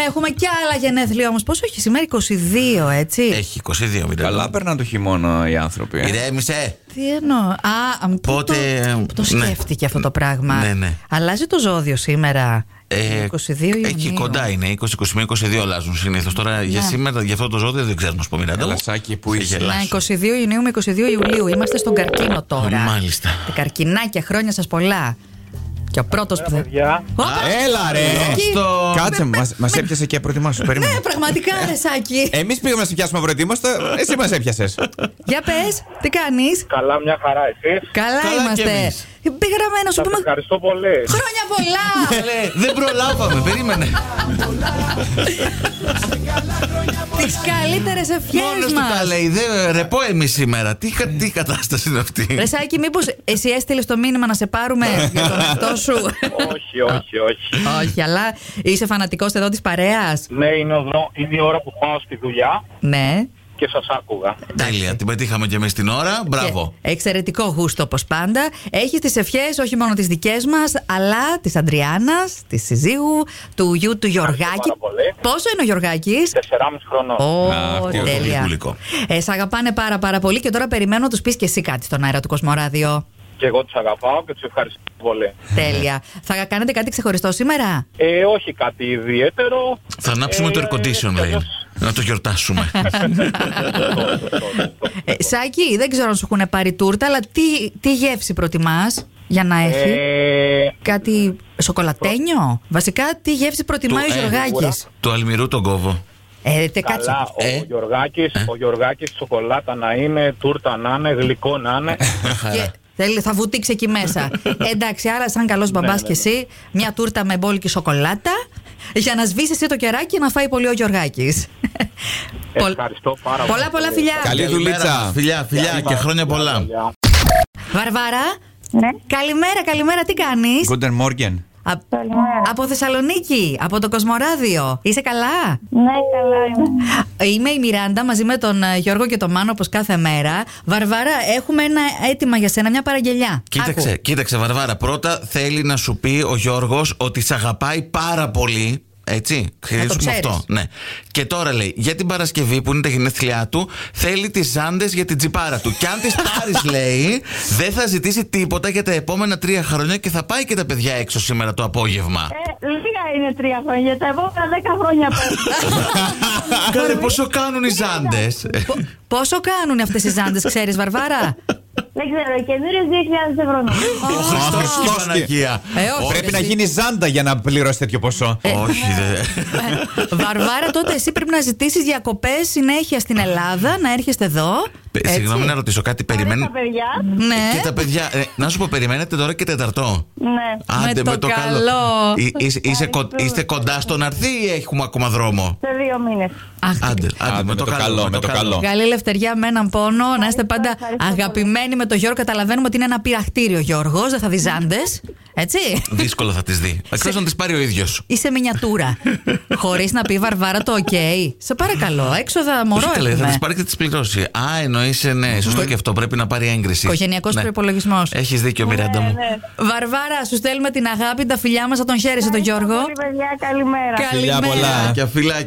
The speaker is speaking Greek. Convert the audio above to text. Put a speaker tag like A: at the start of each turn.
A: έχουμε και άλλα γενέθλια όμως. Πόσο έχει σήμερα, 22, έτσι.
B: Έχει 22 μήνε.
C: Καλά περνάνε το χειμώνα οι άνθρωποι. ε.
B: Ηρέμησε.
A: Τι εννοώ. Α, μ, πού
B: Πότε,
A: Το,
B: ε,
A: το
B: ναι.
A: σκέφτηκε αυτό το πράγμα.
B: Ναι, ναι.
A: Αλλάζει το ζώδιο σήμερα.
B: Ε,
A: 22 Ιουνίου.
B: Εκεί κοντά είναι. 20, 21, 22 αλλάζουν συνήθως. Τώρα για σήμερα, για αυτό το ζώδιο δεν ξέρουμε πώ πω Μιράντα. μου.
C: Ελασάκι, πού
B: Θα
C: είσαι.
A: Ναι,
B: γελάσω.
A: 22 Ιουνίου με 22 Ιουλίου. Είμαστε στον καρκίνο τώρα.
B: Μάλιστα.
A: Τα καρκινάκια, χρόνια σας πολλά. Και ο πρώτος που θα.
D: παιδιά.
A: Όπα,
C: Έλα ρε!
A: Σάκη.
B: στο-
C: Κάτσε, μα έπιασε και προετοιμάσου. Περίμενε.
A: Ναι, πραγματικά, ρε Σάκη.
B: Ε,
C: Εμείς πήγαμε να σε πιάσουμε προετοίμαστα, εσύ μας έπιασες.
A: Για πες, τι κάνεις.
D: Καλά, μια χαρά εσείς.
A: Καλά,
B: Καλά κι
A: είμαστε.
B: εμείς.
A: Πήγαμε να σου
D: Σας
A: πούμε.
D: ευχαριστώ πολύ.
A: Χρόνια πολλά!
B: Καλέ, δεν προλάβαμε, περίμενε.
A: Τις καλύτερες
B: Μόνο
A: ευχέ
B: του τα
A: μα.
B: λέει. Δεν ρεπό εμείς σήμερα. Τι, κα- τι κατάσταση είναι αυτή.
A: Ρεσάκι, μήπως εσύ έστειλες το μήνυμα να σε πάρουμε για τον εαυτό σου.
D: όχι, όχι, όχι.
A: Όχι, αλλά είσαι φανατικός εδώ της παρέας.
D: ναι, είναι, εδώ, είναι η ώρα που πάω στη δουλειά
A: Ναι.
D: και σας άκουγα.
B: Τέλεια, την πετύχαμε και εμείς την ώρα. Μπράβο.
A: Και Εξαιρετικό γούστο όπως πάντα. Έχει τις ευχές όχι μόνο τις δικές μας, αλλά της Αντριάννας, της συζύγου, του γιου του Γιωργάκη.
D: πάρα πολύ.
A: Πόσο είναι ο Γιωργάκης,
D: 4,5 χρονών.
A: Ω,
C: Α, αυτός είναι
A: τέλεια.
B: γλυκούλικο.
A: Ε, σ' αγαπάνε πάρα πάρα πολύ και τώρα περιμένω να τους πεις και εσύ κάτι στον αέρα του Κοσμοράδιο.
D: Και εγώ τους αγαπάω και τους ευχαριστώ πολύ.
B: Ναι.
A: τέλεια. Θα κάνετε κάτι ξεχωριστό σήμερα.
D: Ε, όχι κάτι ιδιαίτερο. Ε,
B: Θα ανάψουμε το air condition, λέει. Να το γιορτάσουμε.
A: Ε, Σάκη, δεν ξέρω αν σου έχουν πάρει τούρτα, αλλά τι, τι γεύση προτιμάς για να έχει.
D: Ε,
A: Κάτι σοκολατένιο. Βασικά, τι γεύση προτιμάει
B: Του-
A: ο
B: ε,
A: Γιωργάκης.
B: Του αλμυρού τον κόβω.
A: Ε, τε, κάτσε.
D: Καλά, ο,
B: Ε.
D: Γιωργάκης, ο Γιωργάκης σοκολάτα να είναι, τούρτα να είναι, γλυκό να είναι.
B: Ε.
A: Και- Θέλει, θα βουτήξει εκεί μέσα. Ε, εντάξει, άρα, σαν καλός
D: Ναι,
A: μπαμπάς κι εσύ, μια τούρτα με μπόλικη σοκολάτα για να σβήσει εσύ το κεράκι και να φάει πολύ ο Γιωργάκης. Πολ-
D: Ευχαριστώ πάρα
A: Πολλά,
D: πολύ.
A: πολλά φιλιά.
C: Καλή
B: Καλημέρα
C: δουλίτσα.
B: σας, Φιλιά, φιλιά και χρόνια πολλά.
D: Γεια.
A: Βαρβάρα,
E: Ναι,
A: καλημέρα, καλημέρα, τι κάνεις.
C: Γκούντερ Μόργεν.
E: καλημέρα.
A: Από Θεσσαλονίκη, από το Κοσμοράδιο. Είσαι καλά.
E: Ναι, καλά είμαι.
A: Είμαι η Μιράντα μαζί με τον ε, Γιώργο και τον Μάνο όπως κάθε μέρα. Βαρβάρα, έχουμε ένα αίτημα για σένα, μια παραγγελιά.
B: Κοίταξε,
A: Άκου.
B: κοίταξε, Βαρβάρα. Πρώτα θέλει να σου πει ο Γιώργος ότι σε αγαπάει πάρα πολύ. Έτσι, ξυρίζουμε
A: ξέρεις.
B: αυτό. Ναι. Και τώρα λέει, για την Παρασκευή που είναι τα γενέθλιά του, θέλει τις ζάντες για την τσιπάρα του. Και αν τις πάρεις, λέει, δεν θα ζητήσει τίποτα για τα επόμενα τρία χρόνια και θα πάει και τα παιδιά έξω σήμερα το απόγευμα.
E: Ε, λίγα είναι τρία χρόνια. Τα επόμενα δέκα χρόνια πέφτουν.
B: Κάρε, πόσο κάνουν οι ζάντες.
A: Πο- Πόσο κάνουν αυτές οι ζάντες, ξέρεις Βαρβάρα.
E: Δεν ξέρω, καινούριε 2.000 ευρώ.
B: Ο Χριστό και η
C: Χριστός και-
B: Παναγία.
A: Ε, όχι,
C: Πρέπει
A: ρε,
C: να
A: εσύ.
C: γίνει ζάντα για να πληρώσει τέτοιο ποσό.
B: Όχι, δεν.
A: ε, Βαρβάρα, τότε εσύ πρέπει να ζητήσεις διακοπές συνέχεια στην Ελλάδα, να έρχεστε εδώ.
B: Πε-
A: Έτσι.
B: Ε, Συγγνώμη να ρωτήσω κάτι.
E: Ωραία,
B: Περιμένει.
E: τα παιδιά.
A: Ναι.
B: Και τα παιδιά. ε, να σου πω, περιμένετε τώρα και Τεταρτό.
E: Ναι.
B: Άντε με, το καλό. Ε, ε, είσαι- είσαι κο-
E: Ευχαριστούμε.
B: είστε κοντά στον αρθή ή έχουμε ακόμα δρόμο.
E: Σε δύο μήνες.
A: Αχ,
B: Άντε, άντε, με, το καλό, με το καλό.
A: Καλή ελευθερία με έναν πόνο. Να είστε πάντα
E: ευχαριστώ πολύ.
A: αγαπημένοι με τον Γιώργο. Καταλαβαίνουμε ότι είναι ένα πειραχτήριο Γιώργος. Δεν θα δεις ζάντε. Έτσι.
B: Δύσκολο θα τις δει. Εκτός να τις πάρει ο ίδιος.
A: Είσαι μινιατούρα. Χωρίς να πει βαρβάρα το οκ. Σε παρακαλώ, έξοδα μωρό
B: Όχι, λέει, θα
A: έχουμε.
B: τις πάρει και θα τις πληρώσει. Α, εννοείσαι, ναι. Σωστό και αυτό. Πρέπει να πάρει έγκριση.
A: Οικογενειακός
B: ναι.
A: προπολογισμό.
B: Έχεις δίκιο, Μιράντα μου.
E: Ναι.
A: Βαρβάρα, σου στέλνουμε την αγάπη, τα φιλιά μας, θα τον χαίρεσαι τον Γιώργο.
E: Πολύ, παιδιά, καλημέρα.
C: Φιλιά πολλά.
B: Και αφιλάκι.